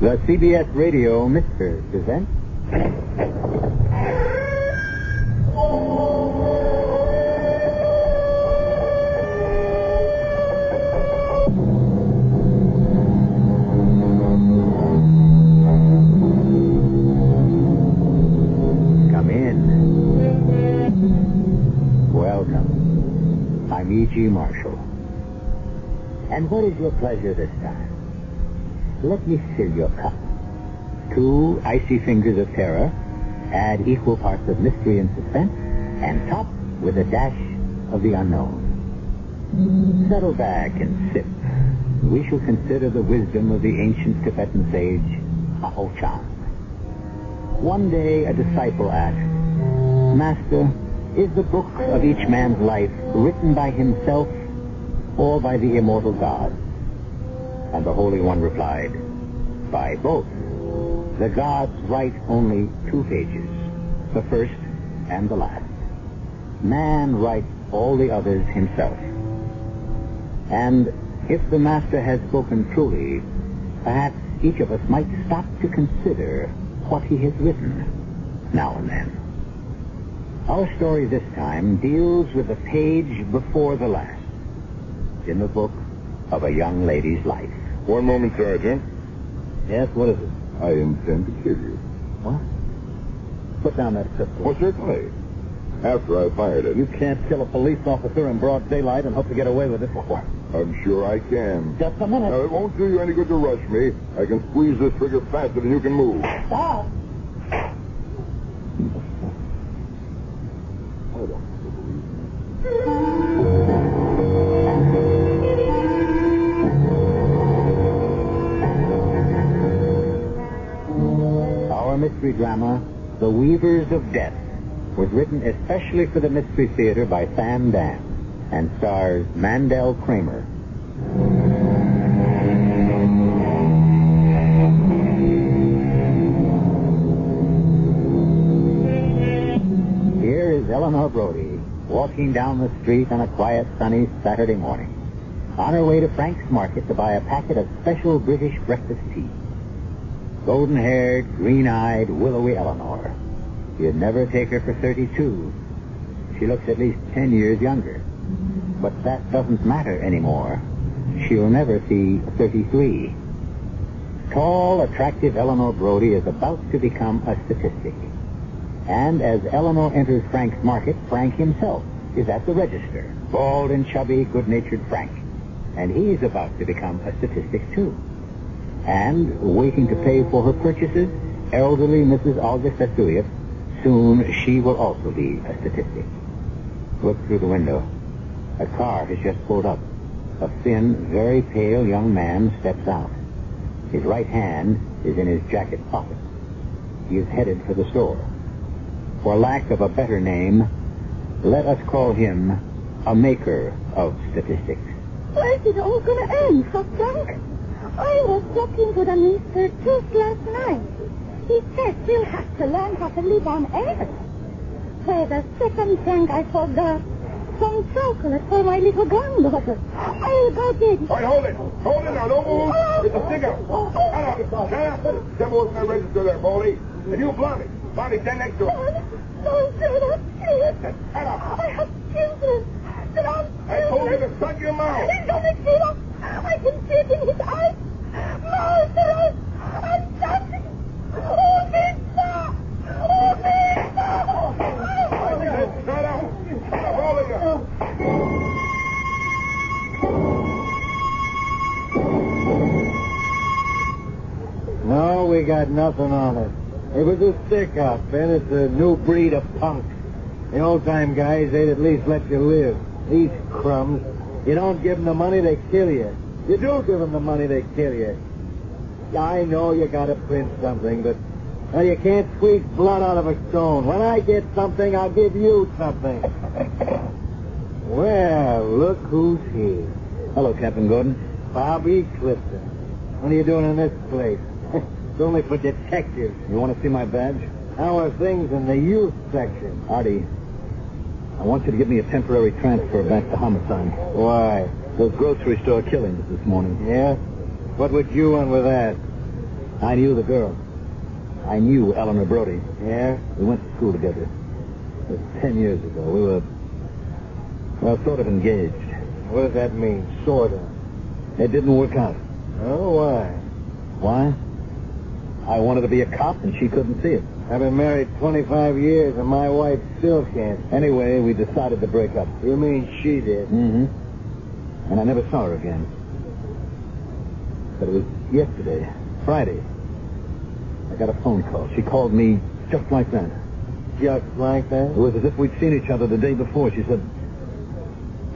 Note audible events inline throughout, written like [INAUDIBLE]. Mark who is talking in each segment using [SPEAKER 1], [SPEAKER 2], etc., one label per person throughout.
[SPEAKER 1] The CBS Radio Mister presents. Come in. Welcome. I'm E.G. Marshall. And what is your pleasure this time? Let me fill your cup. Two icy fingers of terror, add equal parts of mystery and suspense, and top with a dash of the unknown. Settle back and sip. We shall consider the wisdom of the ancient Tibetan sage, Aho Chan. One day a disciple asked, Master, is the book of each man's life written by himself or by the immortal God? And the Holy One replied, By both. The gods write only two pages, the first and the last. Man writes all the others himself. And if the Master has spoken truly, perhaps each of us might stop to consider what he has written now and then. Our story this time deals with the page before the last in the book of a young lady's life.
[SPEAKER 2] One moment, Sergeant.
[SPEAKER 1] Yes, what is it?
[SPEAKER 2] I intend to kill you.
[SPEAKER 1] What? Oh, Put down that pistol.
[SPEAKER 2] Well, certainly. After I fired it,
[SPEAKER 1] You can't kill a police officer in broad daylight and hope to get away with it. What?
[SPEAKER 2] I'm sure I can.
[SPEAKER 1] Just a minute.
[SPEAKER 2] Now, it won't do you any good to rush me. I can squeeze this trigger faster than you can move.
[SPEAKER 1] Stop. Our mystery drama, The Weavers of Death, was written especially for the Mystery Theater by Sam Dan and stars Mandel Kramer. Here is Eleanor Brody walking down the street on a quiet, sunny Saturday morning, on her way to Frank's Market to buy a packet of special British breakfast tea. Golden-haired, green-eyed, willowy Eleanor. You'd never take her for 32. She looks at least 10 years younger. But that doesn't matter anymore. She'll never see 33. Tall, attractive Eleanor Brody is about to become a statistic. And as Eleanor enters Frank's market, Frank himself is at the register. Bald and chubby, good-natured Frank. And he's about to become a statistic, too. And, waiting to pay for her purchases, elderly Mrs. August Asuyef, soon she will also be a statistic. Look through the window. A car has just pulled up. A thin, very pale young man steps out. His right hand is in his jacket pocket. He is headed for the store. For lack of a better name, let us call him a maker of statistics.
[SPEAKER 3] Where's it all going to end, for Frank? I was talking to the minister just last night. He said he'll have to learn how to live on air. Why, the second Frank I saw there, some chocolate for my little granddaughter. I'll go get
[SPEAKER 2] All
[SPEAKER 3] it.
[SPEAKER 2] right, hold it. Hold it now. Don't move. It's a stick up. Shut up. Shut up. Step over to my register there, Baldy. And you, Blondie. Blondie, stand next to her.
[SPEAKER 3] Don't do that, please.
[SPEAKER 2] Shut up.
[SPEAKER 3] I have children. There are children.
[SPEAKER 2] I told you to shut your mouth.
[SPEAKER 3] He's going to give up. I can see it in his eyes. Murderers! I'm shouting. Oh, Vista! Oh, Vista!
[SPEAKER 2] Shut up. Shut up, all of you.
[SPEAKER 1] No, we got nothing on it. It was a stick up, and it's a new breed of punk. The old time guys, they'd at least let you live. These crumbs. You don't give them the money, they kill you. You do give them the money, they kill you. I know you gotta print something, but well, you can't squeeze blood out of a stone. When I get something, I'll give you [LAUGHS] something. Well, look who's here. Hello, Captain Gordon. Bobby Clifton. What are you doing in this place? [LAUGHS] it's only for detectives. You want to see my badge? How are things in the youth section? Artie, I want you to give me a temporary transfer back to homicide. Why? Those grocery store killings this morning. Yeah? What would you want with that? I knew the girl. I knew Eleanor Brody. Yeah? We went to school together. It was ten years ago. We were, well, sort of engaged.
[SPEAKER 2] What does that mean, sort of?
[SPEAKER 1] It didn't work out.
[SPEAKER 2] Oh, why?
[SPEAKER 1] Why? I wanted to be a cop, and she couldn't see it.
[SPEAKER 2] I've been married 25 years, and my wife still can't.
[SPEAKER 1] Anyway, we decided to break up.
[SPEAKER 2] You mean she did?
[SPEAKER 1] Mm-hmm. And I never saw her again. But it was yesterday, Friday. I got a phone call. She called me just like that.
[SPEAKER 2] Just like
[SPEAKER 1] It
[SPEAKER 2] that?
[SPEAKER 1] was as if we'd seen each other the day before. She said,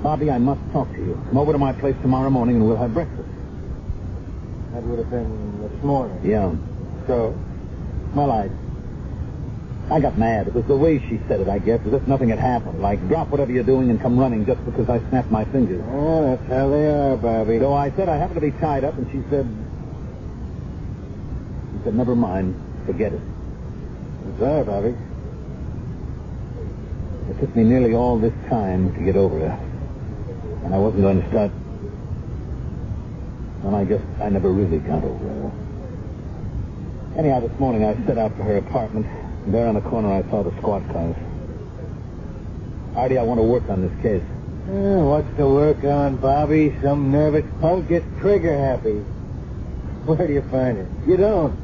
[SPEAKER 1] Bobby, I must talk to you. Come over to my place tomorrow morning and we'll have breakfast.
[SPEAKER 2] That would have been this morning.
[SPEAKER 1] Yeah.
[SPEAKER 2] So?
[SPEAKER 1] Well, I... I got mad. It was the way she said it, I guess, as if nothing had happened. Like, drop whatever you're doing and come running just because I snapped my fingers.
[SPEAKER 2] Well, that's how they are, Bobby.
[SPEAKER 1] So I said I happened to be tied up, and she said... She said, never mind. Forget it.
[SPEAKER 2] I'm sorry, Bobby.
[SPEAKER 1] It took me nearly all this time to get over it. And I wasn't going to start. Well, I guess I never really got over it. Anyhow, this morning I set out for her apartment. There on the corner I saw the squad cars. Artie, I want to work on this case.
[SPEAKER 2] Eh, what's to work on, Bobby? Some nervous punk gets trigger happy. Where do you find it? You don't.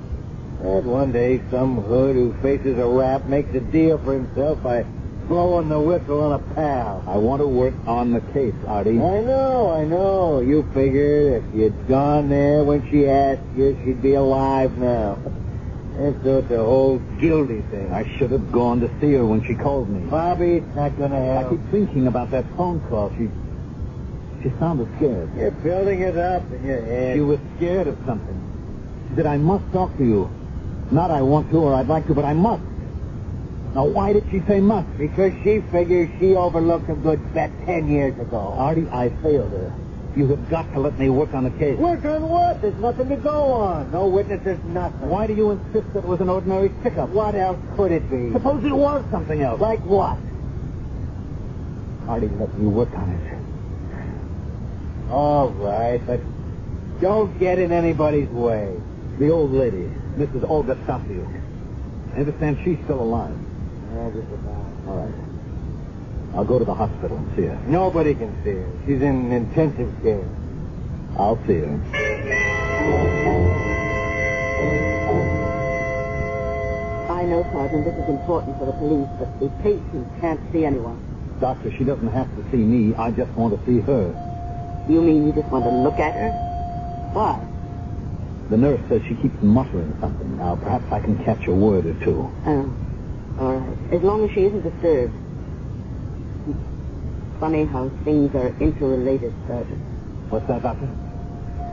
[SPEAKER 2] That one day some hood who faces a rap makes a deal for himself by blowing the whistle on a pal.
[SPEAKER 1] I want to work on the case,
[SPEAKER 2] I
[SPEAKER 1] Artie.
[SPEAKER 2] know, I know. You figured if you'd gone there when she asked you, she'd be alive now. That's so it's a whole guilty thing.
[SPEAKER 1] I should have gone to see her when she called me.
[SPEAKER 2] Bobby, it's not gonna
[SPEAKER 1] I
[SPEAKER 2] help.
[SPEAKER 1] keep thinking about that phone call. She, she sounded scared.
[SPEAKER 2] You're building it up in your head.
[SPEAKER 1] She was scared of something. She said, I must talk to you. Not I want to or I'd like to, but I must. Now, why did she say must?
[SPEAKER 2] Because she figures she overlooked some good bet ten years ago.
[SPEAKER 1] Artie, I failed her. You have got to let me work on the case.
[SPEAKER 2] Work on what? There's nothing to go on. No witnesses, nothing.
[SPEAKER 1] Why do you insist that it was an ordinary pickup?
[SPEAKER 2] What else could it be?
[SPEAKER 1] Suppose it was something else.
[SPEAKER 2] Like what?
[SPEAKER 1] Artie, let me work on it.
[SPEAKER 2] All right, but don't get in anybody's way.
[SPEAKER 1] The old lady, Mrs. Olga Safio. I understand she's still alive.
[SPEAKER 2] Yeah, just about.
[SPEAKER 1] All right. I'll go to the hospital and see her.
[SPEAKER 2] Nobody can see her. She's in intensive care.
[SPEAKER 1] I'll see her.
[SPEAKER 3] I know, Sergeant, this is important for the police, but the patient can't see anyone.
[SPEAKER 1] Doctor, she doesn't have to see me. I just want to see her.
[SPEAKER 3] You mean you just want to look at her? Why?
[SPEAKER 1] The nurse says she keeps muttering something. Now, perhaps I can catch a word or two.
[SPEAKER 3] Oh, all right. As long as she isn't disturbed. Funny how things are interrelated, Sergeant.
[SPEAKER 1] What's that, Doctor?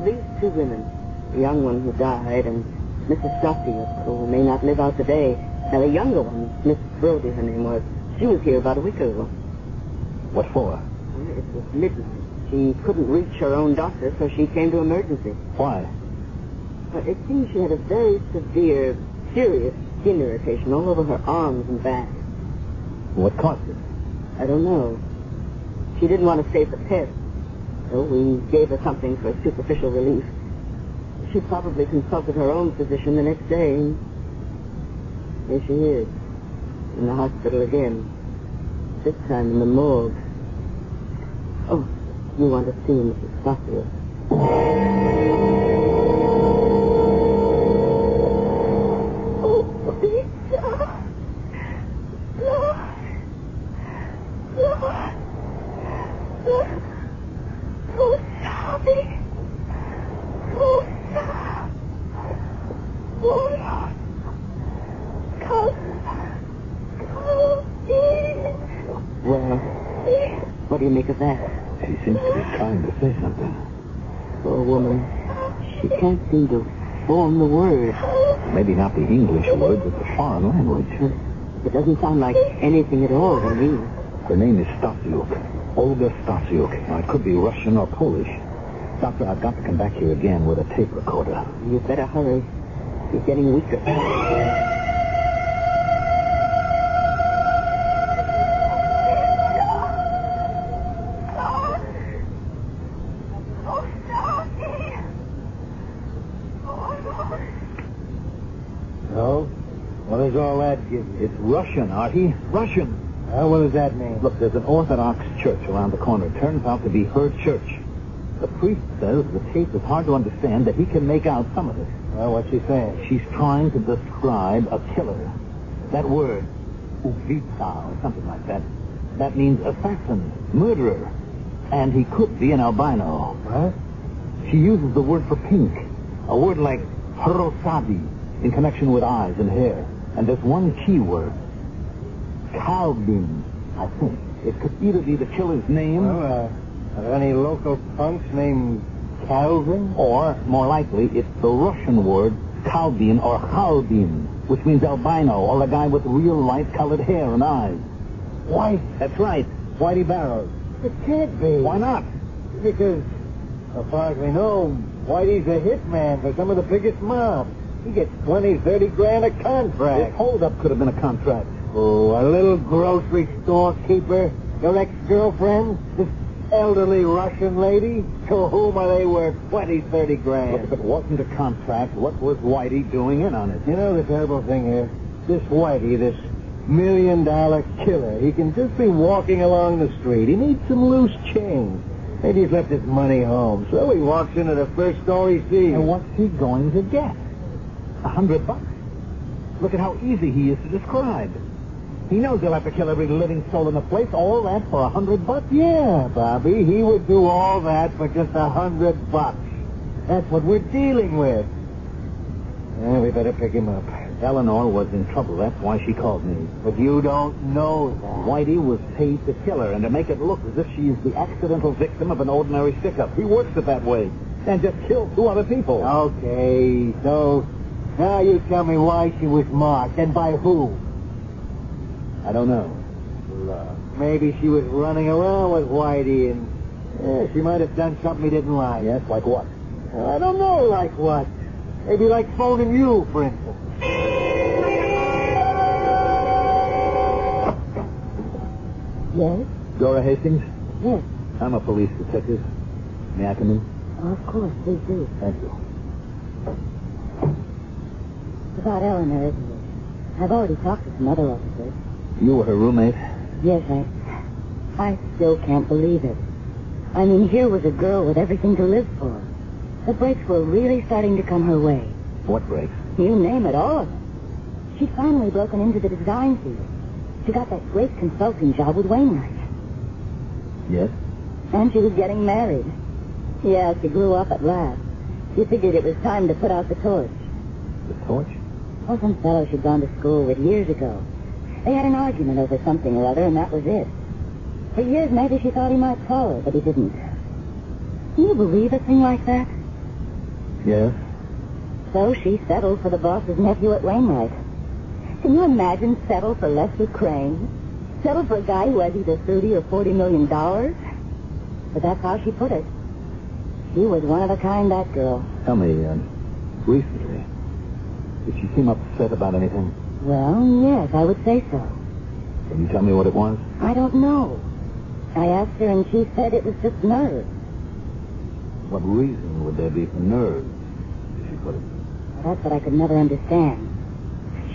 [SPEAKER 3] These two women, the young one who died and Mrs. Duffy, who may not live out the day, and the younger one, Miss Brody, her name was, she was here about a week ago.
[SPEAKER 1] What for?
[SPEAKER 3] It was midnight. She couldn't reach her own doctor, so she came to emergency.
[SPEAKER 1] Why?
[SPEAKER 3] But it seems she had a very severe, serious skin irritation all over her arms and back.
[SPEAKER 1] What caused it?
[SPEAKER 3] I don't know. She didn't want to save the pet, so we gave her something for superficial relief. She probably consulted her own physician the next day. and Here she is, in the hospital again. This time in the morgue. Oh, you want to see Mrs. Scofield?
[SPEAKER 4] Oh, Lisa. Lord. Lord. Lord. Poor Darby. Poor Dar- Oh, Lord. Come. Come in.
[SPEAKER 3] Well,
[SPEAKER 4] In.
[SPEAKER 3] what do you make of that?
[SPEAKER 1] She seems to be trying to say something.
[SPEAKER 3] Poor woman. She can't seem to form the words.
[SPEAKER 1] Maybe not the English word, but the foreign language.
[SPEAKER 3] It doesn't sound like anything at all to me.
[SPEAKER 1] Her name is Stasiuk. Olga Stasiuk. Now, it could be Russian or Polish. Doctor, I've got to come back here again with a tape recorder.
[SPEAKER 3] You better hurry. She's getting weaker.
[SPEAKER 4] Oh, Darby. Oh, Lord.
[SPEAKER 5] hell is all that giving?
[SPEAKER 1] It's Russian, Artie. Russian.
[SPEAKER 5] Well, what does that mean?
[SPEAKER 1] Look, there's an Orthodox church around the corner. It turns out to be her church. The priest says the tape is hard to understand, that he can make out some of it.
[SPEAKER 5] Well, what's she saying?
[SPEAKER 1] She's trying to describe a killer. That word, uvita, or something like that, that means assassin, murderer. And he could be an albino.
[SPEAKER 5] What?
[SPEAKER 1] She uses the word for pink, a word like horosabi, in connection with eyes and hair. And there's one key word, Calvin, I think. It could either be the killer's name,
[SPEAKER 5] Well, uh, are there any local punks named Calvin?
[SPEAKER 1] or more likely, it's the Russian word Kalbin or Kalbin, which means albino or the guy with real light colored hair and eyes.
[SPEAKER 5] White.
[SPEAKER 1] That's right.
[SPEAKER 5] Whitey Barrows. It can't be.
[SPEAKER 1] Why not?
[SPEAKER 5] Because, as far as we know, Whitey's a hitman for some of the biggest mobs. He gets 20, 30 grand a
[SPEAKER 1] This
[SPEAKER 5] contract.
[SPEAKER 1] holdup could have been a contract.
[SPEAKER 5] Oh, a little grocery store keeper, your ex-girlfriend, this elderly Russian lady, to whom are they worth 20, 30
[SPEAKER 1] Look,
[SPEAKER 5] grand?
[SPEAKER 1] if it wasn't a contract, what was Whitey doing in on it?
[SPEAKER 5] You know the terrible thing here? This Whitey, this million dollar killer, he can just be walking along the street. He needs some loose change. Maybe he's left his money home, so he walks into the first store he sees.
[SPEAKER 1] And what's he going to get? A hundred bucks. Look at how easy he is to describe. He knows he'll have to kill every living soul in the place, all that for a hundred bucks.
[SPEAKER 5] Yeah, Bobby, he would do all that for just a hundred bucks. That's what we're dealing with. Eh, we better pick him up.
[SPEAKER 1] Eleanor was in trouble. That's why she called me.
[SPEAKER 5] But you don't know that.
[SPEAKER 1] Whitey was paid to kill her and to make it look as if she is the accidental victim of an ordinary stick-up. He works it that way and just kills two other people.
[SPEAKER 5] Okay, so now you tell me why she was marked and by who.
[SPEAKER 1] I don't know.
[SPEAKER 5] Maybe she was running around with Whitey and eh, she might have done something he didn't like.
[SPEAKER 1] Yes, like what?
[SPEAKER 5] I don't know, like what? Maybe like phoning you, for instance.
[SPEAKER 3] Yes?
[SPEAKER 1] Dora Hastings,
[SPEAKER 3] Yes,
[SPEAKER 1] I'm a police detective. May I come in?
[SPEAKER 3] of course, please do.
[SPEAKER 1] Thank you.
[SPEAKER 3] It's about Eleanor, isn't it? I've already talked to some other officers.
[SPEAKER 1] You were her roommate?
[SPEAKER 3] Yes, I... I still can't believe it. I mean, here was a girl with everything to live for. The breaks were really starting to come her way.
[SPEAKER 1] What breaks?
[SPEAKER 3] You name it, all of them. She'd finally broken into the design field. She got that great consulting job with Wainwright.
[SPEAKER 1] Yes.
[SPEAKER 3] And she was getting married. Yeah, she grew up at last. She figured it was time to put out the torch.
[SPEAKER 1] The torch?
[SPEAKER 3] Well, some fellow she'd gone to school with years ago. They had an argument over something or other, and that was it. For years, maybe she thought he might call her, but he didn't. Can you believe a thing like that?
[SPEAKER 1] Yes.
[SPEAKER 3] So she settled for the boss's nephew at Wainwright. Can you imagine settle for Lester Crane? Settle for a guy who has either thirty or forty million dollars? But that's how she put it. She was one of a kind, that girl.
[SPEAKER 1] Tell me, um, recently, did she seem upset about anything?
[SPEAKER 3] Well, yes, I would say so.
[SPEAKER 1] Can you tell me what it was?
[SPEAKER 3] I don't know. I asked her, and she said it was just nerves.
[SPEAKER 1] What reason would there be for nerves, as she put it?
[SPEAKER 3] That's what I could never understand.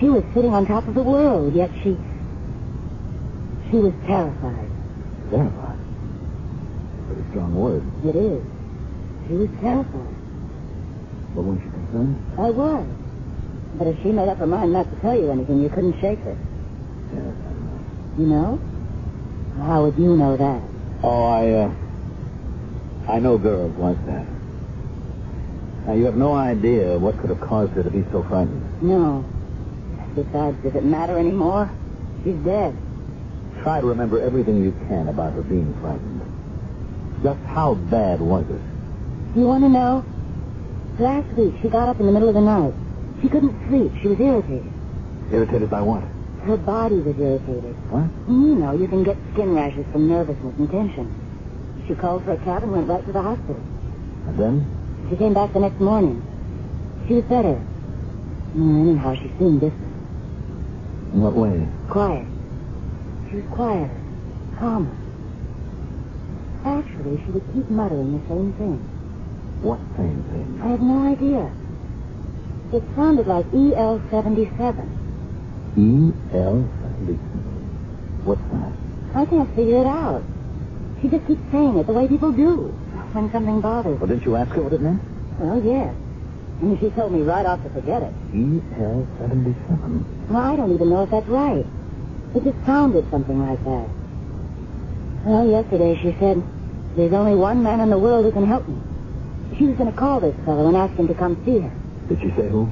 [SPEAKER 3] She was sitting on top of the world, yet she. She was terrified.
[SPEAKER 1] Terrified. Pretty strong word.
[SPEAKER 3] It is. She was terrified.
[SPEAKER 1] But weren't you concerned?
[SPEAKER 3] I was. But if she made up her mind not to tell you anything, you couldn't shake her.
[SPEAKER 1] Yes, I know.
[SPEAKER 3] You know? How would you know that?
[SPEAKER 1] Oh, I, uh, I know girls like that. Now, you have no idea what could have caused her to be so frightened.
[SPEAKER 3] No. Besides, does it matter anymore? She's dead.
[SPEAKER 1] Try to remember everything you can about her being frightened. Just how bad was it?
[SPEAKER 3] Do you want to know? Last week, she got up in the middle of the night. She couldn't sleep. She was irritated.
[SPEAKER 1] Irritated by what?
[SPEAKER 3] Her body was irritated.
[SPEAKER 1] What?
[SPEAKER 3] And You know, you can get skin rashes from nervousness and tension. She called for a cab and went right to the hospital.
[SPEAKER 1] And then?
[SPEAKER 3] She came back the next morning. She was better. Mm, Anyhow, she seemed different.
[SPEAKER 1] In what way?
[SPEAKER 3] Quiet. She was quieter, calmer. Actually, she would keep muttering the same thing.
[SPEAKER 1] What same thing?
[SPEAKER 3] E I had no idea. It sounded like EL-77.
[SPEAKER 1] E-L. E What's that?
[SPEAKER 3] I can't figure it out. She just keeps saying it the way people do when something bothers
[SPEAKER 1] Well, didn't you ask her what it meant?
[SPEAKER 3] Well, yes. And she told me right off to forget it.
[SPEAKER 1] E EL77.
[SPEAKER 3] Well, I don't even know if that's right. It just sounded something like that. Well, yesterday she said, there's only one man in the world who can help me. She was going to call this fellow and ask him to come see her.
[SPEAKER 1] Did she say who?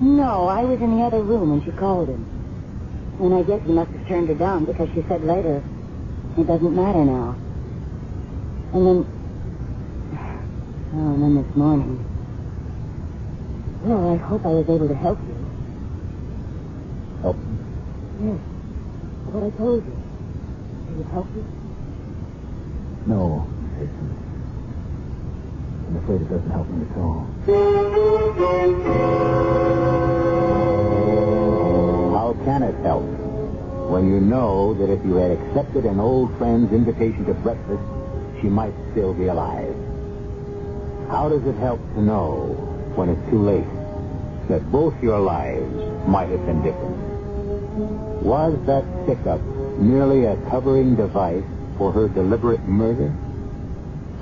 [SPEAKER 3] No, I was in the other room when she called him. And I guess he must have turned her down because she said later, it doesn't matter now. And then, [SIGHS] oh, and then this morning. Well, I hope I was able to help you.
[SPEAKER 1] Help.
[SPEAKER 3] Yes. What I told you. Did it help you?
[SPEAKER 1] No, Jason. I'm afraid it doesn't help me at all. How can it help? When you know that if you had accepted an old friend's invitation to breakfast, she might still be alive. How does it help to know, when it's too late, that both your lives might have been different? Was that pickup merely a covering device for her deliberate murder?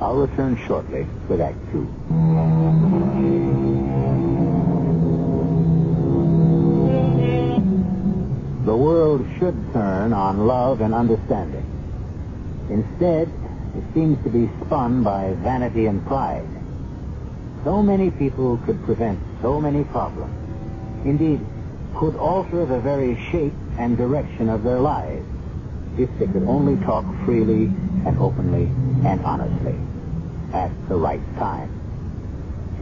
[SPEAKER 1] I'll return shortly with Act Two. The world should turn on love and understanding. Instead, it seems to be spun by vanity and pride. So many people could prevent so many problems. Indeed, could alter the very shape and direction of their lives if they could only talk freely and openly and honestly at the right time.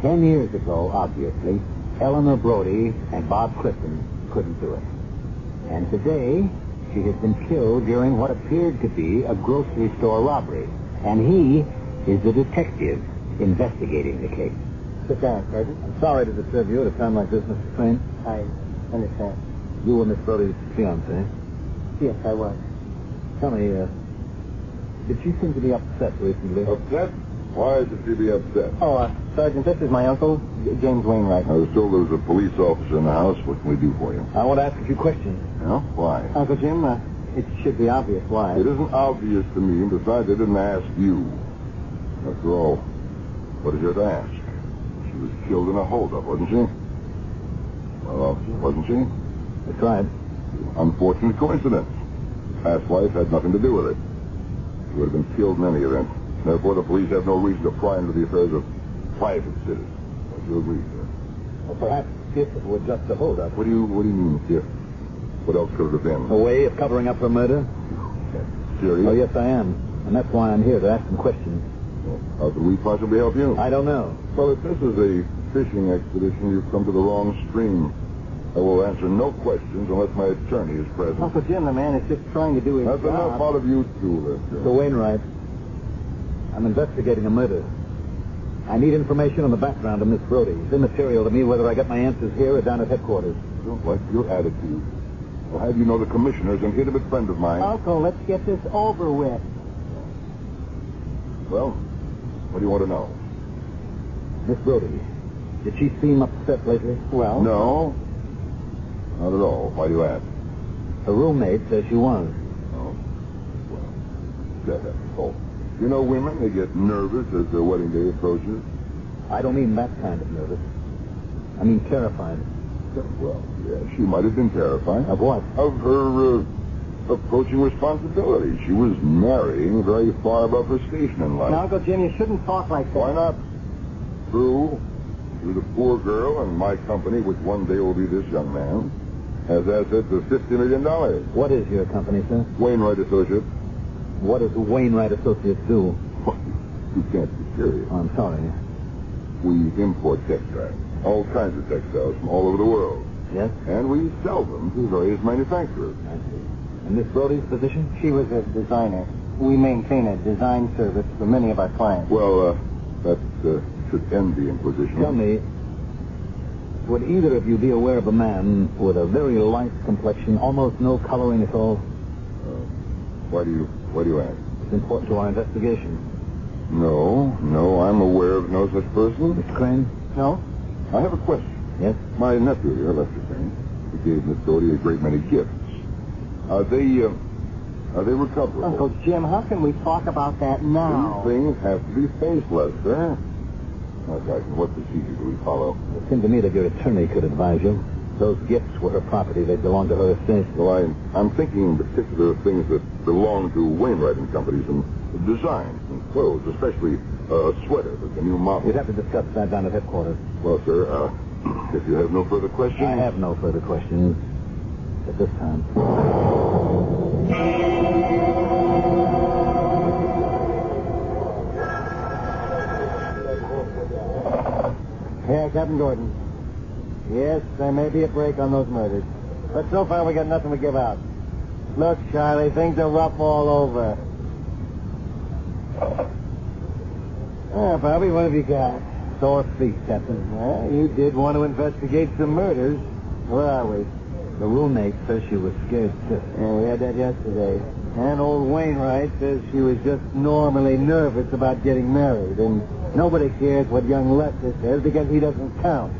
[SPEAKER 1] Ten years ago, obviously, Eleanor Brody and Bob Clifton couldn't do it. And today, she has been killed during what appeared to be a grocery store robbery. And he is the detective investigating the case.
[SPEAKER 5] Sit down, Sergeant. I'm sorry to disturb you at a time like this, Mr. Crane.
[SPEAKER 4] I understand.
[SPEAKER 5] You were Miss Brody's fiancé.
[SPEAKER 4] Yes, I was.
[SPEAKER 5] Tell me, uh, did she seem to be upset recently?
[SPEAKER 2] Upset? Why should she be upset?
[SPEAKER 5] Oh, uh, Sergeant, this is my uncle, J- James Wainwright.
[SPEAKER 2] I was told there was a police officer in the house. What can we do for you?
[SPEAKER 5] I want to ask a few questions.
[SPEAKER 2] No? Why?
[SPEAKER 5] Uncle Jim, uh, it should be obvious why.
[SPEAKER 2] It isn't obvious to me, and besides, I didn't ask you. After all, what is there to ask? She was killed in a holdup, wasn't she? Well, officer, wasn't she?
[SPEAKER 5] That's right.
[SPEAKER 2] Unfortunate coincidence. Past life had nothing to do with it. She would have been killed in any event. Therefore, the police have no reason to pry into the affairs of private citizens. Don't you agree, sir?
[SPEAKER 5] Well, perhaps if it were just a holdup.
[SPEAKER 2] What do you What do you mean, Oh, sir? What else could it have been?
[SPEAKER 5] A way of covering up her murder?
[SPEAKER 2] Serious?
[SPEAKER 5] Oh, yes, I am. And that's why I'm here, to ask some questions.
[SPEAKER 2] How can we possibly help you?
[SPEAKER 5] I don't know.
[SPEAKER 2] Well, if this is a fishing expedition, you've come to the wrong stream. I will answer no questions unless my attorney is present.
[SPEAKER 5] Uncle Jim, the man is just trying to do his
[SPEAKER 2] That's enough
[SPEAKER 5] job.
[SPEAKER 2] out of you two, Lester.
[SPEAKER 5] Mr. Wainwright, I'm investigating a murder. I need information on the background of Miss Brody. It's immaterial to me whether I get my answers here or down at headquarters.
[SPEAKER 2] I don't like your attitude. I'll have you know the commissioner's an intimate friend of mine.
[SPEAKER 5] Uncle, let's get this over with.
[SPEAKER 2] Well, what do you want to know?
[SPEAKER 5] Miss Brody, did she seem upset lately? Well,
[SPEAKER 2] No? Not at all. Why do you ask?
[SPEAKER 5] her roommate says she was.
[SPEAKER 2] Oh. Well, that happens. Oh. You know women, they get nervous as their wedding day approaches.
[SPEAKER 5] I don't mean that kind of nervous. I mean terrified.
[SPEAKER 2] Well, yeah, she might have been terrified.
[SPEAKER 5] Of what?
[SPEAKER 2] of her uh, approaching responsibility. She was marrying very far above her station in life.
[SPEAKER 4] Now, Uncle Jim, you shouldn't talk like that.
[SPEAKER 2] Why not? True, she was a poor girl, and my company, which one day will be this young man, has assets of $50 million.
[SPEAKER 5] What is your company, sir?
[SPEAKER 2] Wainwright Associates.
[SPEAKER 5] What does Wainwright Associates do?
[SPEAKER 2] What? You can't be serious.
[SPEAKER 5] Oh, I'm sorry.
[SPEAKER 2] We import textiles, all kinds of textiles from all over the world,
[SPEAKER 5] Yes?
[SPEAKER 2] and we sell them to various manufacturers.
[SPEAKER 5] I see. And Miss Brody's position?
[SPEAKER 4] She was a designer. We maintain a design service for many of our clients.
[SPEAKER 2] Well, uh, that uh, should end the inquisition.
[SPEAKER 5] Tell me, would either of you be aware of a man with a very light complexion, almost no coloring at all?
[SPEAKER 2] Uh, Why do you, why do you ask?
[SPEAKER 5] It's important to our investigation.
[SPEAKER 2] No, no, I'm aware of no such person.
[SPEAKER 5] Mr. Crane?
[SPEAKER 4] No?
[SPEAKER 2] I have a question.
[SPEAKER 5] Yes?
[SPEAKER 2] My nephew here, Lester Crane, he gave Miss Doty a great many gifts. Are they, uh, are they recoverable?
[SPEAKER 6] Uncle Jim, how can we talk about that now?
[SPEAKER 2] These things have to be faceless, huh? Okay, what procedure do we follow?
[SPEAKER 7] It seemed to me that your attorney could advise you. Those gifts were her property. They belonged to her estate.
[SPEAKER 2] Well, I, I'm thinking in particular of things that belong to Wainwright and Companies and designs and clothes, especially uh, a sweater that's a new model.
[SPEAKER 7] You'd have to discuss that down at headquarters.
[SPEAKER 2] Well, sir, uh, [CLEARS THROAT] if you have no further questions...
[SPEAKER 7] I have no further questions at this time.
[SPEAKER 1] Yeah, Captain Gordon. Yes, there may be a break on those murders. But so far we got nothing to give out. Look, Charlie, things are rough all over. Ah, Bobby, what have you got?
[SPEAKER 7] Sore feet, Captain.
[SPEAKER 1] Well, you did want to investigate some murders. Where are we?
[SPEAKER 7] The roommate says she was scared stiff.
[SPEAKER 1] Yeah, we had that yesterday. And old Wainwright says she was just normally nervous about getting married, and nobody cares what young Lester says because he doesn't count.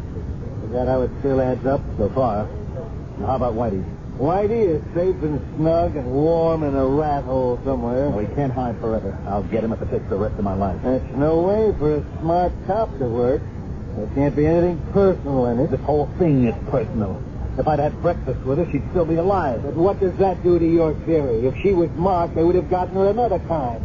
[SPEAKER 1] Is that how it still adds up so far?
[SPEAKER 7] Now, How about Whitey?
[SPEAKER 1] Whitey is safe and snug and warm in a rat hole somewhere.
[SPEAKER 7] Well, he can't hide forever. I'll get him if it takes the rest of my life.
[SPEAKER 1] That's no way for a smart cop to work. There can't be anything personal in it.
[SPEAKER 7] This whole thing is personal. If I'd had breakfast with her, she'd still be alive.
[SPEAKER 1] But what does that do to your theory? If she was marked, they would have gotten her another kind.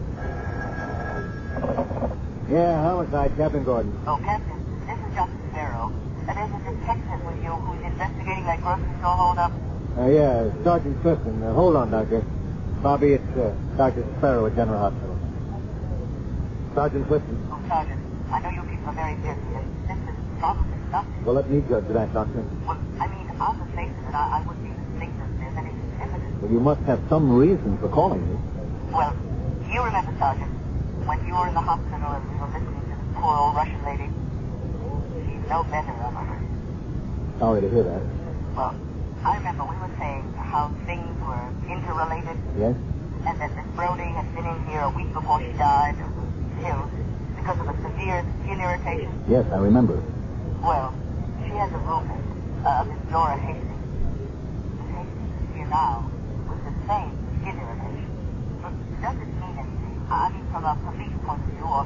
[SPEAKER 1] Yeah, homicide, Captain Gordon.
[SPEAKER 8] Oh, Captain, this is Justice Farrell. And there's a detective with you who's investigating that grocery store holdup.
[SPEAKER 1] Uh, yeah, Sergeant Clifton. Uh, hold on, Doctor. Bobby, it's uh, Dr. Sparrow at General Hospital. Sergeant Clifton.
[SPEAKER 8] Oh, Sergeant, I know you people are very busy, and this is probably nothing.
[SPEAKER 7] Well, let me judge that, Doctor.
[SPEAKER 8] Well, I mean, on the face of it, I, I wouldn't even think that there's any evidence.
[SPEAKER 7] Well, you must have some reason for calling me.
[SPEAKER 8] Well, you remember, Sergeant, when you were in the hospital and we were listening to the poor old Russian lady? She's no better of her.
[SPEAKER 7] Sorry to hear that.
[SPEAKER 8] Well, I remember we were saying how things were interrelated
[SPEAKER 7] Yes?
[SPEAKER 8] and that Miss Brody had been in here a week before she died and was killed because of a severe skin irritation.
[SPEAKER 7] Yes, I remember.
[SPEAKER 8] Well, she has a roommate, uh, Miss Dora Hastings. Miss Hastings is here now with the same skin irritation. But does it mean anything? I mean, from a police point of view, or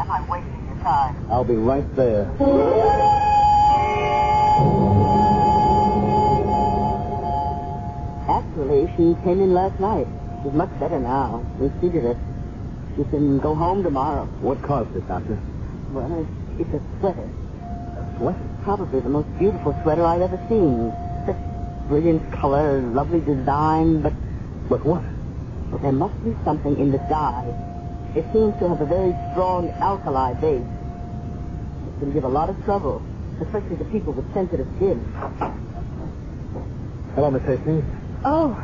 [SPEAKER 8] am I wasting your time?
[SPEAKER 7] I'll be right there.
[SPEAKER 6] Actually, she came in last night. She's much better now. We treated her. She can go home tomorrow.
[SPEAKER 7] What caused it, Doctor?
[SPEAKER 6] Well, it's, it's a sweater.
[SPEAKER 7] A sweater.
[SPEAKER 6] Probably the most beautiful sweater I've ever seen. Such brilliant color, lovely design, but
[SPEAKER 7] But what?
[SPEAKER 6] But there must be something in the dye. It seems to have a very strong alkali base. It can give a lot of trouble, especially to people with sensitive skin.
[SPEAKER 7] Hello, Miss Hastings.
[SPEAKER 3] Oh,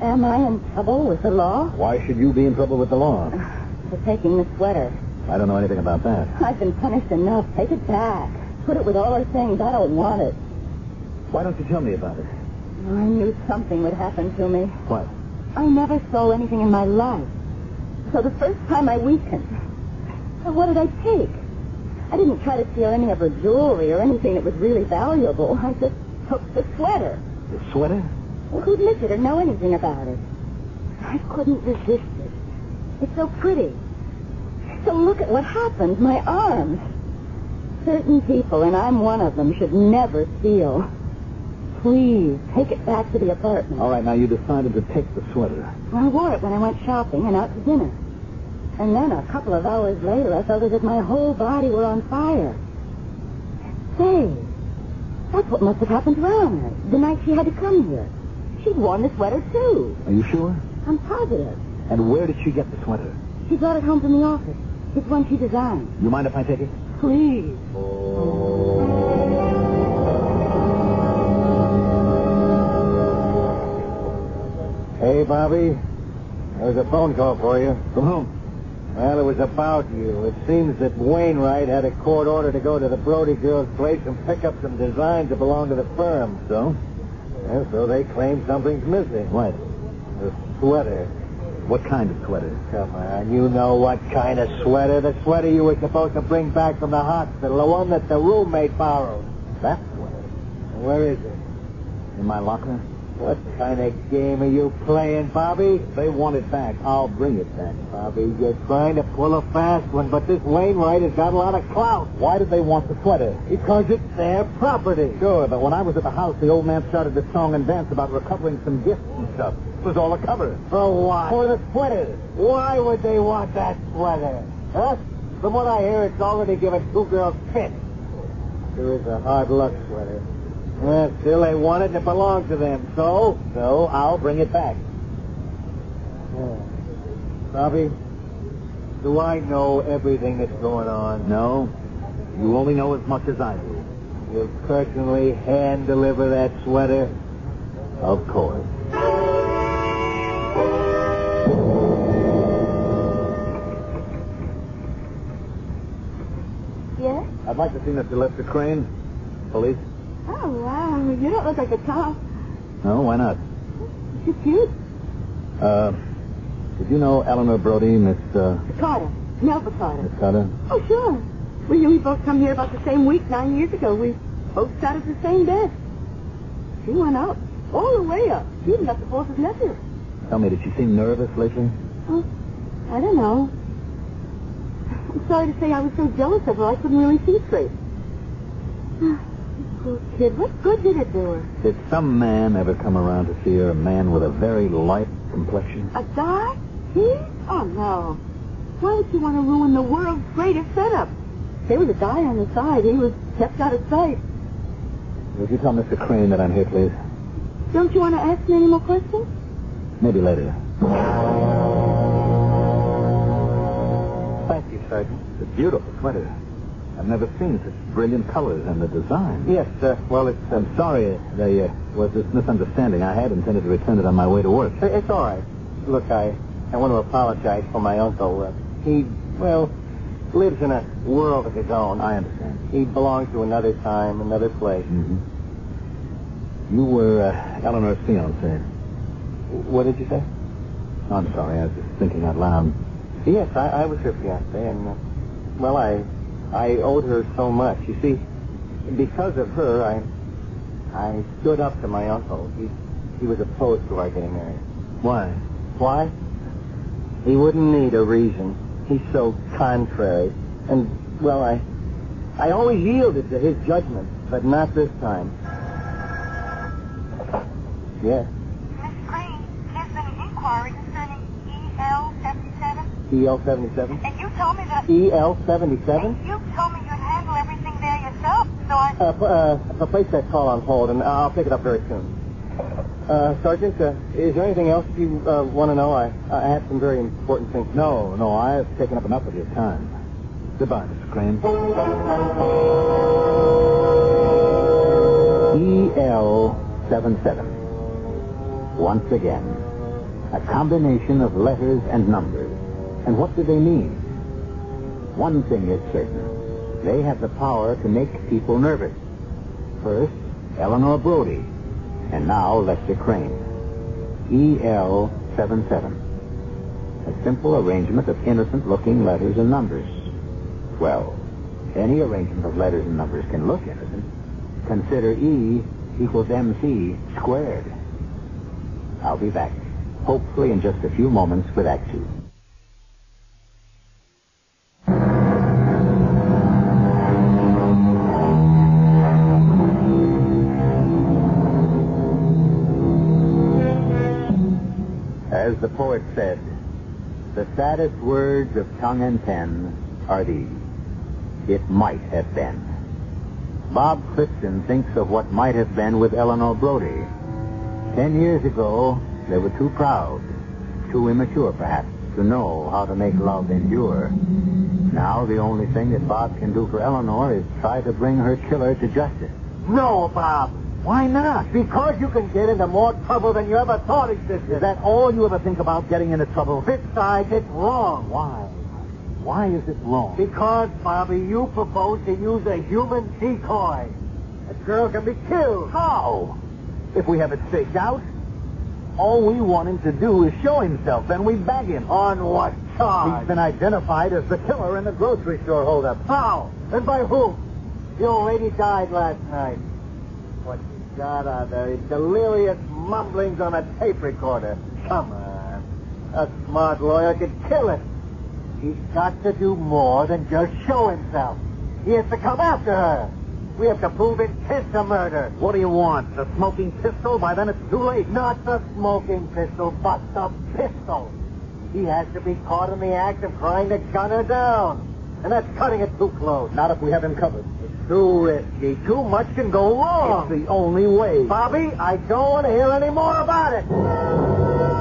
[SPEAKER 3] am I in trouble with the law
[SPEAKER 7] Why should you be in trouble with the law?
[SPEAKER 3] for taking the sweater?
[SPEAKER 7] I don't know anything about that.
[SPEAKER 3] I've been punished enough. Take it back. Put it with all her things. I don't want it.
[SPEAKER 7] Why don't you tell me about it?
[SPEAKER 3] I knew something would happen to me.
[SPEAKER 7] What?
[SPEAKER 3] I never stole anything in my life. So the first time I weakened. Well, what did I take? I didn't try to steal any of her jewelry or anything that was really valuable. I just took the sweater.
[SPEAKER 7] The sweater?
[SPEAKER 3] Well, who'd lick it or know anything about it? I couldn't resist it. It's so pretty. So look at what happened. My arms. Certain people, and I'm one of them, should never steal. Please, take it back to the apartment.
[SPEAKER 7] All right, now you decided to take the sweater.
[SPEAKER 3] I wore it when I went shopping and out to dinner. And then a couple of hours later, I felt as if my whole body were on fire. Say, that's what must have happened to Eleanor the night she had to come here. She'd worn the sweater, too.
[SPEAKER 7] Are you sure?
[SPEAKER 3] I'm positive.
[SPEAKER 7] And where did she get the sweater?
[SPEAKER 3] She brought it home from the office. It's one she designed.
[SPEAKER 7] You mind if I take it?
[SPEAKER 3] Please.
[SPEAKER 1] Hey, Bobby. There was a phone call for you.
[SPEAKER 7] From whom?
[SPEAKER 1] Well, it was about you. It seems that Wainwright had a court order to go to the Brody girl's place and pick up some designs that belong to the firm.
[SPEAKER 7] So?
[SPEAKER 1] And so they claim something's missing.
[SPEAKER 7] What?
[SPEAKER 1] The sweater.
[SPEAKER 7] What kind of sweater?
[SPEAKER 1] Come on, you know what kind of sweater. The sweater you were supposed to bring back from the hospital. The one that the roommate borrowed.
[SPEAKER 7] That sweater.
[SPEAKER 1] Where is it? in my locker?
[SPEAKER 5] What kind of game are you playing, Bobby?
[SPEAKER 1] They want it back. I'll bring it back.
[SPEAKER 5] Bobby, you're trying to pull a fast one, but this Wainwright has got a lot of clout.
[SPEAKER 1] Why did they want the sweater?
[SPEAKER 5] Because it's their property.
[SPEAKER 1] Sure, but when I was at the house, the old man started this song and dance about recovering some gifts and stuff. It was all a cover.
[SPEAKER 5] For what?
[SPEAKER 1] For the sweater.
[SPEAKER 5] Why would they want that sweater? Huh? From what I hear, it's already given two girls fits. There is a hard luck sweater. Well, still, they want it and it belonged to them. So,
[SPEAKER 1] So I'll bring it back.
[SPEAKER 5] yeah. Bobby, do I know everything that's going on?
[SPEAKER 1] No, you only know as much as I do.
[SPEAKER 5] You personally hand deliver that sweater?
[SPEAKER 1] Of course.
[SPEAKER 3] Yes?
[SPEAKER 1] I'd like to see Mr. Lester Crane. Police?
[SPEAKER 3] Oh, wow. You don't look like a cop.
[SPEAKER 1] No, why not?
[SPEAKER 3] You're cute.
[SPEAKER 1] Uh, did you know Eleanor Brody, Miss, uh,
[SPEAKER 3] Carter. Melba Carter.
[SPEAKER 1] Miss Carter?
[SPEAKER 3] Oh, sure. We, we both come here about the same week nine years ago. We both started the same desk. She went up, all the way up, even up to boss's nephew.
[SPEAKER 1] Tell me, did she seem nervous lately?
[SPEAKER 3] Oh, I don't know. I'm sorry to say I was so jealous of her I couldn't really see straight. [SIGHS] Poor kid, what good did it do her?
[SPEAKER 1] Did some man ever come around to see her, a man with a very light complexion?
[SPEAKER 3] A guy? He? Oh, no. Why would you want to ruin the world's greatest setup? There was a guy on the side. He was kept out of sight.
[SPEAKER 1] Would you tell Mr. Crane that I'm here, please?
[SPEAKER 3] Don't you want to ask me any more questions?
[SPEAKER 1] Maybe later.
[SPEAKER 5] Thank you, Sergeant.
[SPEAKER 1] It's a beautiful sweater. I've never seen such brilliant colors and the design.
[SPEAKER 5] Yes, uh, well, it's, um,
[SPEAKER 1] I'm sorry there uh, was this misunderstanding. I had intended to return it on my way to work.
[SPEAKER 5] it's all right. Look, I, I want to apologize for my uncle. Uh, he, well, lives in a world of his own.
[SPEAKER 1] I understand.
[SPEAKER 5] He belongs to another time, another place.
[SPEAKER 1] Mm-hmm. You were uh, Eleanor's fiancé.
[SPEAKER 5] What did you say?
[SPEAKER 1] I'm sorry, I was just thinking out loud.
[SPEAKER 5] Yes, I, I was her fiance, and uh, well, I I owed her so much. You see, because of her, I I stood up to my uncle. He he was opposed to our getting married.
[SPEAKER 1] Why?
[SPEAKER 5] Why? He wouldn't need a reason. He's so contrary, and well, I I always yielded to his judgment, but not this time. Yes,
[SPEAKER 8] Miss Crane, there's been an inquiry concerning E EL 77,
[SPEAKER 5] EL seventy seven.
[SPEAKER 8] and you told me
[SPEAKER 1] E
[SPEAKER 8] that.
[SPEAKER 5] EL seventy seven.
[SPEAKER 8] And you told me you'd handle everything there yourself, so I.
[SPEAKER 5] Uh, p- uh, p- place that call on hold, and I'll pick it up very soon. Uh, Sergeant, uh, is there anything else you uh, want to know? I, I have some very important things. to
[SPEAKER 1] No, no, I've taken up enough of your time. Goodbye, Mr. Crane.
[SPEAKER 5] E
[SPEAKER 1] EL77. Once again, a combination of letters and numbers. And what do they mean? One thing is certain. They have the power to make people nervous. First, Eleanor Brody. And now, Lester Crane. E EL77. A simple arrangement of innocent-looking letters and numbers. Well, any arrangement of letters and numbers can look innocent. Consider E equals MC squared. I'll be back, hopefully in just a few moments with Act Two. As the poet said, the saddest words of tongue and pen are these. It might have been. Bob Clifton thinks of what might have been with Eleanor Brody. Ten years ago, they were too proud, too immature perhaps, to know how to make love endure. Now the only thing that Bob can do for Eleanor is try to bring her killer to justice.
[SPEAKER 5] No, Bob.
[SPEAKER 1] Why not?
[SPEAKER 5] Because you can get into more trouble than you ever thought existed.
[SPEAKER 1] Is that all you ever think about getting into trouble?
[SPEAKER 5] this side, it's wrong.
[SPEAKER 1] Why? Why is it wrong?
[SPEAKER 5] Because, Bobby, you propose to use a human decoy. A girl can be killed.
[SPEAKER 1] How? If we have it staked out, all we want him to do is show himself, then we bag him.
[SPEAKER 5] On what charge?
[SPEAKER 1] He's been identified as the killer in the grocery store holdup.
[SPEAKER 5] How? And by whom? The old lady died last night. What God, are there delirious mumblings on a tape recorder? Come on. A smart lawyer could kill it. He's got to do more than just show himself. He has to come after her. We have to prove it's his to murder. What do you want? The smoking pistol? By then it's too late. Not the smoking pistol, but the pistol. He has to be caught in the act of trying to gun her down. And that's cutting it too close. Not if we have him covered. It's too risky. Too much can go wrong. It's the only way. Bobby, I don't want to hear any more about it.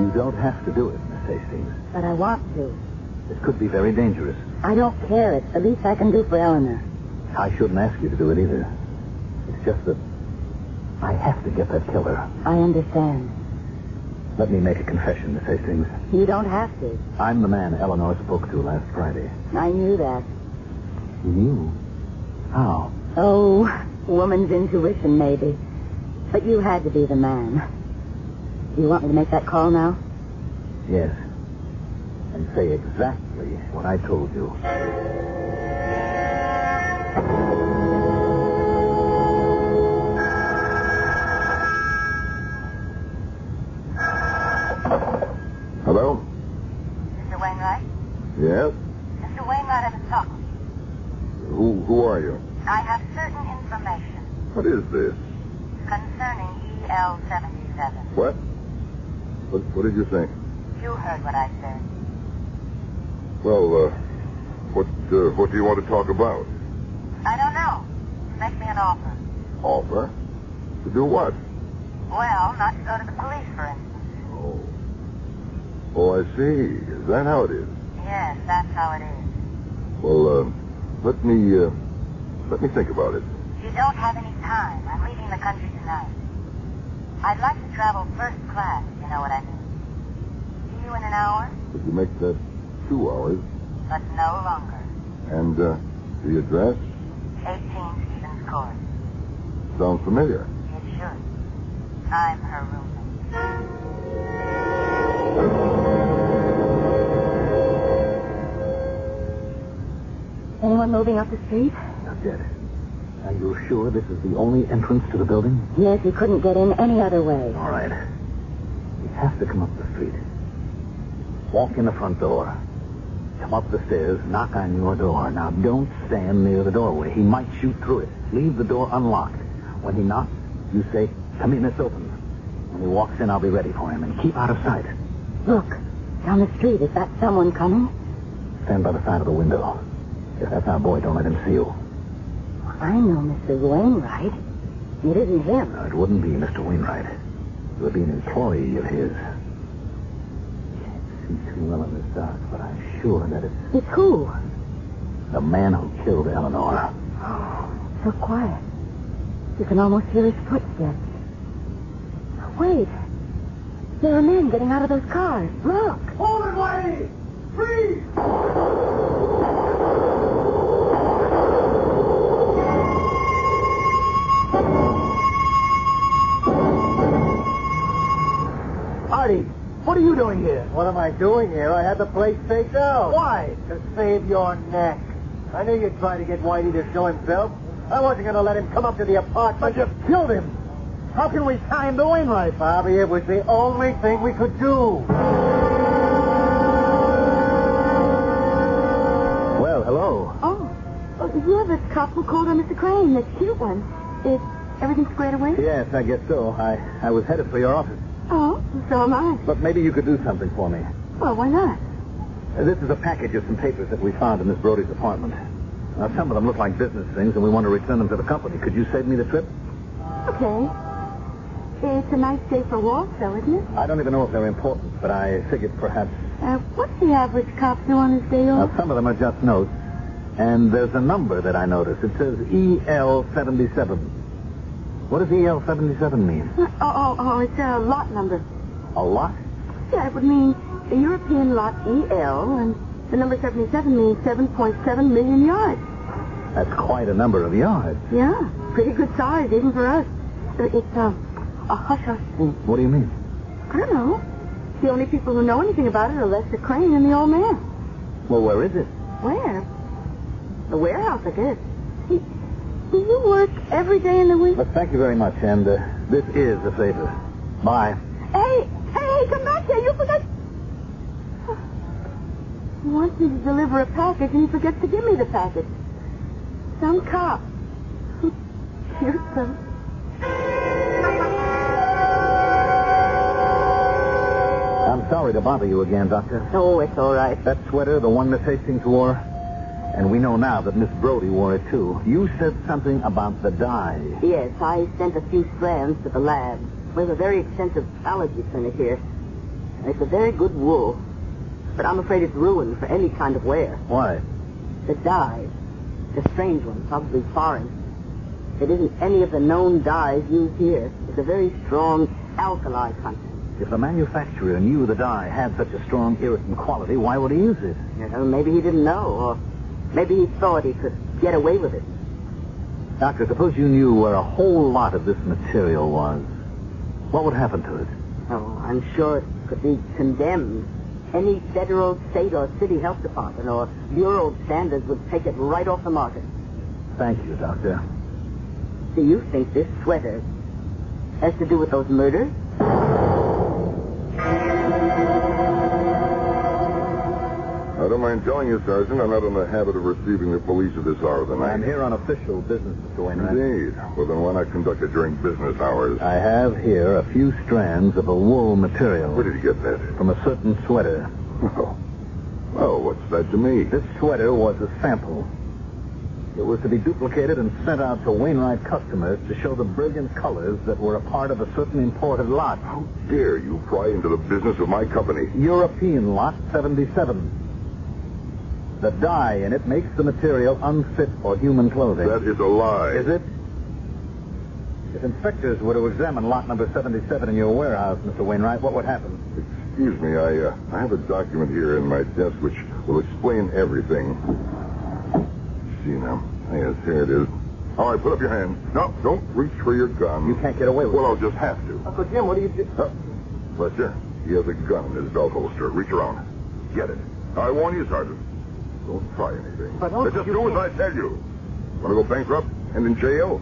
[SPEAKER 1] You don't have to do it, Miss Hastings.
[SPEAKER 3] But I want to.
[SPEAKER 1] It could be very dangerous.
[SPEAKER 3] I don't care. It's the least I can do for Eleanor.
[SPEAKER 1] I shouldn't ask you to do it either. It's just that I have to get that killer.
[SPEAKER 3] I understand.
[SPEAKER 1] Let me make a confession, Miss Hastings.
[SPEAKER 3] You don't have to.
[SPEAKER 1] I'm the man Eleanor spoke to last Friday.
[SPEAKER 3] I knew that.
[SPEAKER 1] You knew? How?
[SPEAKER 3] Oh, woman's intuition, maybe. But you had to be the man. You want me to make that call now?
[SPEAKER 1] Yes. And say exactly what I told you.
[SPEAKER 2] Hello?
[SPEAKER 8] Mr. Wainwright?
[SPEAKER 2] Yes?
[SPEAKER 8] Mr. Wainwright, I've been talking.
[SPEAKER 2] Who, who are you?
[SPEAKER 8] I have certain information
[SPEAKER 2] What is this?
[SPEAKER 8] concerning E EL-77.
[SPEAKER 2] What? What, what did you think?
[SPEAKER 8] You heard what I said.
[SPEAKER 2] Well, uh, what, uh, what do you want to talk about?
[SPEAKER 8] I don't know. Make me an offer.
[SPEAKER 2] Offer? To do what?
[SPEAKER 8] Well, not to go to the police, for instance.
[SPEAKER 2] Oh. Oh, I see. Is that how it is?
[SPEAKER 8] Yes, that's how it is.
[SPEAKER 2] Well, uh, let me, uh, let me think about it.
[SPEAKER 8] You don't have any time. I'm leaving the country tonight. I'd like to travel first class, if you know what I mean. See you in an hour,
[SPEAKER 2] If you make that two hours
[SPEAKER 8] but no longer.
[SPEAKER 2] and, uh, the address
[SPEAKER 8] 18 Stevens Court.
[SPEAKER 2] sounds familiar.
[SPEAKER 8] It should. I'm her roommate.
[SPEAKER 3] Anyone moving up the street?
[SPEAKER 1] Not yet. Are you sure this is the only entrance to the building?
[SPEAKER 3] Yes, you couldn't get in any other way.
[SPEAKER 1] All right. We have to come up the street. Walk in the front door. Come up the stairs, knock on your door. Now, don't stand near the doorway. He might shoot through it. Leave the door unlocked. When he knocks, you say, Come in, it's open. When he walks in, I'll be ready for him. And keep out of sight.
[SPEAKER 3] Look, down the street. Is that someone coming?
[SPEAKER 1] Stand by the side of the window. If that's our boy, don't let him see you.
[SPEAKER 3] I know Mr. Wainwright. It isn't him.
[SPEAKER 1] No, it wouldn't be Mr. Wainwright. It would be an employee of his. Can't see too well in this dark, but I'm sure that it's
[SPEAKER 3] It's who? [GASPS]
[SPEAKER 1] The man who killed Eleanor.
[SPEAKER 3] So quiet. You can almost hear his footsteps. Wait. There are men getting out of those cars. Look.
[SPEAKER 5] Hold it, lady! Freeze! Artie, what are you doing here? What am I doing here? I had the place staked out. Why? To save your neck. I knew you'd try to get Whitey to show himself. I wasn't going to let him come up to the apartment. But you killed him. How can we time the Wainwright? Bobby, it was the only thing we could do.
[SPEAKER 1] Well, hello.
[SPEAKER 3] Oh. oh you're the cop who called on Mr. Crane, the cute one. Is everything squared away?
[SPEAKER 1] Yes, I guess so. I, I was headed for your office.
[SPEAKER 3] Oh, so am I.
[SPEAKER 1] But maybe you could do something for me.
[SPEAKER 3] Well, why not?
[SPEAKER 1] Uh, This is a package of some papers that we found in Miss Brody's apartment. Now, some of them look like business things, and we want to return them to the company. Could you save me the trip?
[SPEAKER 3] Okay. It's a nice day for a walk, though, isn't it?
[SPEAKER 1] I don't even know if they're important, but I figured perhaps.
[SPEAKER 3] Uh, what's the average cop do on his day off?
[SPEAKER 1] Now, some of them are just notes, and there's a number that I noticed. It says E EL77. What does E EL77 mean?
[SPEAKER 3] Oh, oh, oh, it's a lot number.
[SPEAKER 1] A lot?
[SPEAKER 3] Yeah, it would mean the European lot EL, and the number 77 means 7.7 million yards.
[SPEAKER 1] That's quite a number of yards.
[SPEAKER 3] Yeah, pretty good size, even for us. Uh, It's uh, a hush-hush thing.
[SPEAKER 1] Hmm, What do you mean?
[SPEAKER 3] I don't know. The only people who know anything about it are Lester Crane and the old man.
[SPEAKER 1] Well, where is it?
[SPEAKER 3] Where? The warehouse, I guess. Do do you work every day in the week?
[SPEAKER 1] But thank you very much, and uh, this is the safest. Bye.
[SPEAKER 3] Hey, hey, come back here. You forgot.
[SPEAKER 4] He wants me to deliver a package, and he forgets to give me the package. Some
[SPEAKER 3] [LAUGHS]
[SPEAKER 4] cop. Here comes.
[SPEAKER 1] I'm sorry to bother you again, Doctor.
[SPEAKER 4] Oh, it's all right.
[SPEAKER 1] That sweater, the one Miss Hastings wore, and we know now that Miss Brody wore it too. You said something about the dye.
[SPEAKER 4] Yes, I sent a few strands to the lab. We have a very extensive allergy clinic here. And It's a very good wool, but I'm afraid it's ruined for any kind of wear.
[SPEAKER 1] Why?
[SPEAKER 4] The dye, the strange one, probably foreign. It isn't any of the known dyes used here. It's a very strong alkali content.
[SPEAKER 1] If the manufacturer knew the dye had such a strong irritant quality, why would he use it?
[SPEAKER 4] You know, maybe he didn't know, or maybe he thought he could get away with it.
[SPEAKER 1] Doctor, suppose you knew where a whole lot of this material was. What would happen to it?
[SPEAKER 4] Oh, I'm sure it could be condemned. Any federal, state, or city health department or bureau of standards would take it right off the market.
[SPEAKER 1] Thank you, Doctor.
[SPEAKER 4] Do you think this sweater has to do with those murders?
[SPEAKER 2] I don't mind telling you, Sergeant, I'm not in the habit of receiving the police at this hour of the night.
[SPEAKER 1] I'm here on official business, Mr. Wainwright.
[SPEAKER 2] Indeed. Well, then why not conduct it during business hours?
[SPEAKER 1] I have here a few strands of a wool
[SPEAKER 2] Where
[SPEAKER 1] material
[SPEAKER 2] did you get that? [LAUGHS]
[SPEAKER 1] from a certain sweater.
[SPEAKER 2] Oh. Well, what's that to me?
[SPEAKER 1] This sweater was a sample. It was to be duplicated and sent out to Wainwright customers to show the brilliant colors that were a part of a certain imported lot.
[SPEAKER 2] How dare you pry into the business of my company?
[SPEAKER 1] European Lot 77. The dye in it makes the material unfit for human clothing.
[SPEAKER 2] That is a lie.
[SPEAKER 1] Is it? If inspectors were to examine lot number 77 in your warehouse, Mr. Wainwright, what would happen?
[SPEAKER 2] Excuse me, I, uh, I have a document here in my desk which will explain everything. See now. Yes, here it is. All right, put up your hand. No, don't reach for your gun.
[SPEAKER 1] You can't get away with
[SPEAKER 2] Well, I'll just have to.
[SPEAKER 1] Uncle Jim, what do you do?
[SPEAKER 2] Huh. Lester, he has a gun in his belt holster. Reach around. Get it. I warn you, Sergeant. Don't try anything.
[SPEAKER 1] But, Uncle,
[SPEAKER 2] just
[SPEAKER 1] you
[SPEAKER 2] do as
[SPEAKER 1] can't-
[SPEAKER 2] I tell you. Want to go bankrupt and in jail?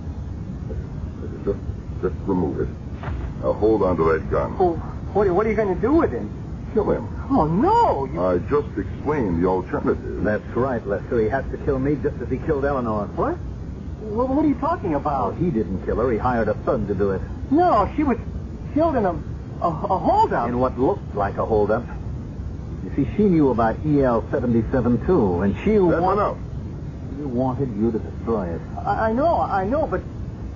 [SPEAKER 2] Just, just remove it. Now hold on to that gun.
[SPEAKER 5] Oh, what, what are you going to do with him?
[SPEAKER 2] Kill him.
[SPEAKER 5] Oh, no. You...
[SPEAKER 2] I just explained the alternative.
[SPEAKER 1] That's right, Lester. He has to kill me just as he killed Eleanor.
[SPEAKER 5] What? Wh- What are you talking
[SPEAKER 1] Oh,
[SPEAKER 5] about?
[SPEAKER 1] he didn't kill her. He hired a thug to do it.
[SPEAKER 5] No, she was killed in a, a, a holdup.
[SPEAKER 1] In what looked like a holdup. You see, she knew about EL 77 too, and she
[SPEAKER 2] That's
[SPEAKER 1] wa-
[SPEAKER 2] enough.
[SPEAKER 1] she wanted you to destroy it.
[SPEAKER 5] I, I know, I know, but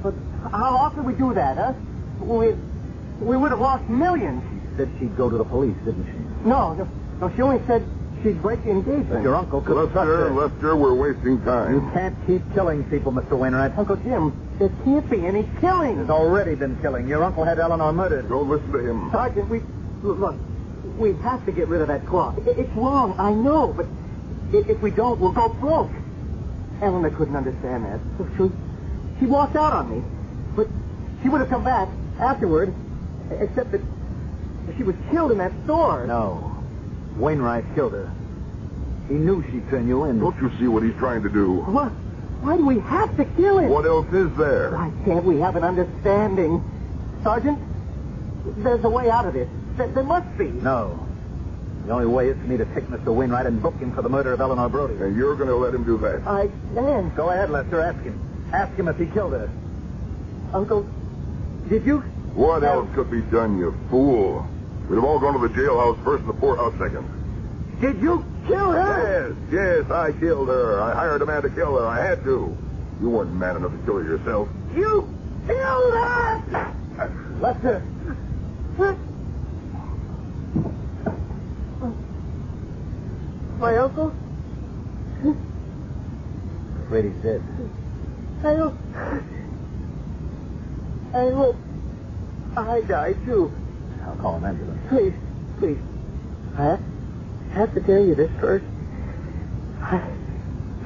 [SPEAKER 5] but how, how could we do that, huh? We we would have lost millions.
[SPEAKER 1] She said she'd go to the police, didn't she?
[SPEAKER 5] No, no, no she only said she'd break the
[SPEAKER 1] But
[SPEAKER 5] engagement.
[SPEAKER 1] your uncle could have
[SPEAKER 2] Lester,
[SPEAKER 1] her.
[SPEAKER 2] Lester, we're wasting
[SPEAKER 1] You
[SPEAKER 2] time.
[SPEAKER 1] can't keep killing people, Mr. Wainwright.
[SPEAKER 5] Uncle Jim, there can't be any killing.
[SPEAKER 1] There's already been killing. Your uncle had Eleanor murdered.
[SPEAKER 2] Don't listen to him.
[SPEAKER 5] Sergeant, we look. We have to get rid of that clock. I- It's wrong, I know, but i- if we don't, we'll go broke. Eleanor couldn't understand that. So She, she walked out on me, but she would have come back afterward, except that she was killed in that store.
[SPEAKER 1] No. Wainwright killed her. He knew she'd turn you in.
[SPEAKER 2] Don't you see what he's trying to do?
[SPEAKER 5] What? Why do we have to kill him?
[SPEAKER 2] What else is there?
[SPEAKER 5] Why can't we have an understanding, Sergeant? There's a way out of this. There, there must be.
[SPEAKER 1] No. The only way is for me to take Mr. Wainwright and book him for the murder of Eleanor Brody.
[SPEAKER 2] And you're going to let him do that?
[SPEAKER 5] I can't.
[SPEAKER 1] Go ahead, Lester. Ask him. Ask him if he killed her.
[SPEAKER 5] Uncle, did you?
[SPEAKER 2] What
[SPEAKER 5] Well-
[SPEAKER 2] else could be done, you fool? We'd have all gone to the jailhouse first and the courthouse second.
[SPEAKER 5] Did you kill her?
[SPEAKER 2] Yes, yes, I killed her. I hired a man to kill her. I had to. You weren't man enough to kill her yourself.
[SPEAKER 5] You killed her!
[SPEAKER 1] Lester!
[SPEAKER 5] My uncle?
[SPEAKER 1] I'm afraid he's dead.
[SPEAKER 5] I don't. I hope I die too.
[SPEAKER 1] I'll call an ambulance.
[SPEAKER 5] Please, please. I have, I have to tell you this first. I,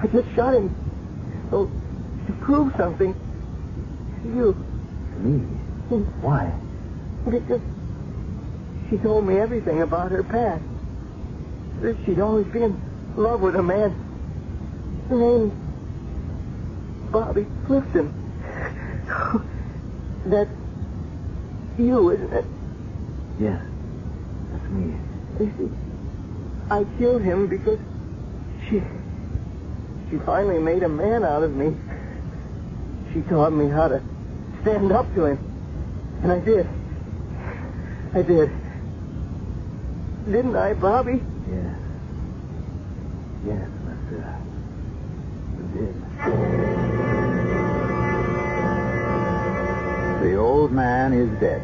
[SPEAKER 5] I just shot him. Oh, to prove something. To you.
[SPEAKER 1] Me? Why?
[SPEAKER 5] But it just. She told me everything about her past. That she'd always been in love with a man named
[SPEAKER 4] Bobby
[SPEAKER 5] [LAUGHS]
[SPEAKER 4] Clifton. That's you, isn't it?
[SPEAKER 1] Yes. That's me.
[SPEAKER 4] Listen, I killed him because she she finally made a man out of me. She taught me how to stand up to him. And I did. I did. Didn't I, Bobby?
[SPEAKER 1] Yes. Yes, Mister. You did. The old man is dead.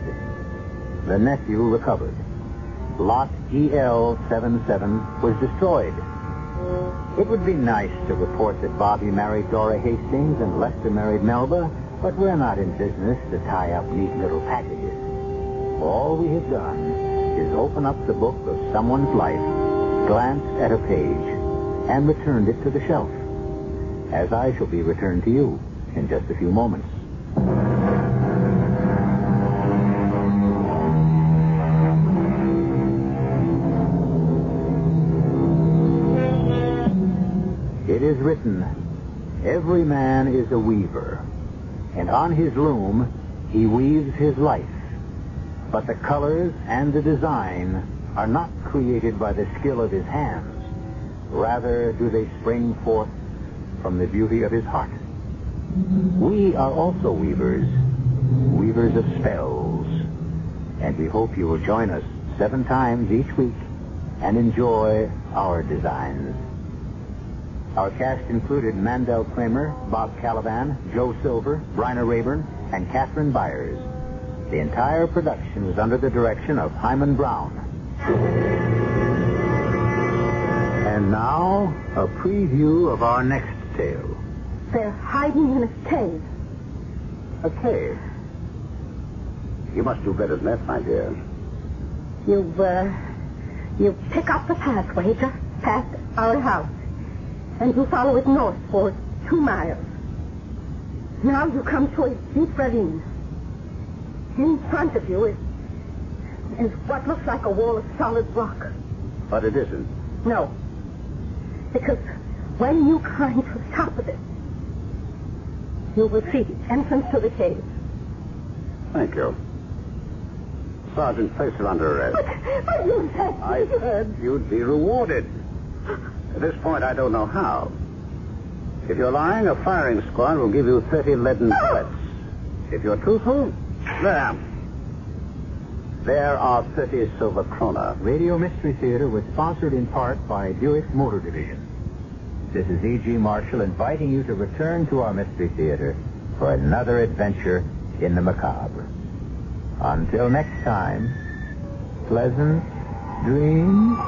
[SPEAKER 1] The nephew recovered. Lot EL77 was destroyed. It would be nice to report that Bobby married Dora Hastings and Lester married Melba, but we're not in business to tie up neat little packages. All we have done is open up the book of someone's life, glanced at a page, and returned it to the shelf, as I shall be returned to you in just a few moments. It is written, Every man is a weaver, and on his loom he weaves his life. But the colors and the design are not created by the skill of his hands. Rather do they spring forth from the beauty of his heart. We are also weavers, weavers of spells. And we hope you will join us seven times each week and enjoy our designs. Our cast included Mandel Kramer, Bob Caliban, Joe Silver, Bryna Rayburn, and Catherine Byers. The entire production is under the direction of Hyman Brown. And now, a preview of our next tale.
[SPEAKER 3] They're hiding in a cave.
[SPEAKER 1] A cave? You must do better than that, my dear.
[SPEAKER 3] You, uh, you pick up the pathway just past our house, and you follow it north for two miles. Now you come to a deep ravine. In front of you is, is what looks like a wall of solid rock.
[SPEAKER 1] But it isn't.
[SPEAKER 3] No. Because when you climb to the top of it, you will see the entrance to the cave.
[SPEAKER 1] Thank you. Sergeant, place her under arrest.
[SPEAKER 3] But, but you said...
[SPEAKER 1] I said you'd be rewarded. At this point, I don't know how. If you're lying, a firing squad will give you 30 leaden
[SPEAKER 3] Oh!
[SPEAKER 1] bullets. If you're truthful, there. There are 30 silver krona. Radio Mystery Theater was sponsored in part by Buick Motor Division. This is E.G. Marshall inviting you to return to our Mystery Theater for another adventure in the macabre. Until next time, pleasant dreams.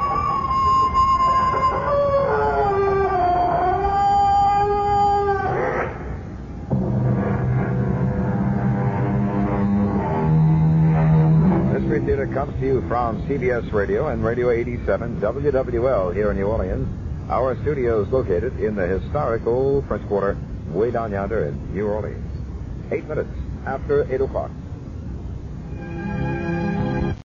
[SPEAKER 9] Mystery Theater comes to you from CBS Radio and Radio 87 WWL here in New Orleans. Our studio is located in the historic old French Quarter, way down yonder in New Orleans. Eight minutes after 8 o'clock.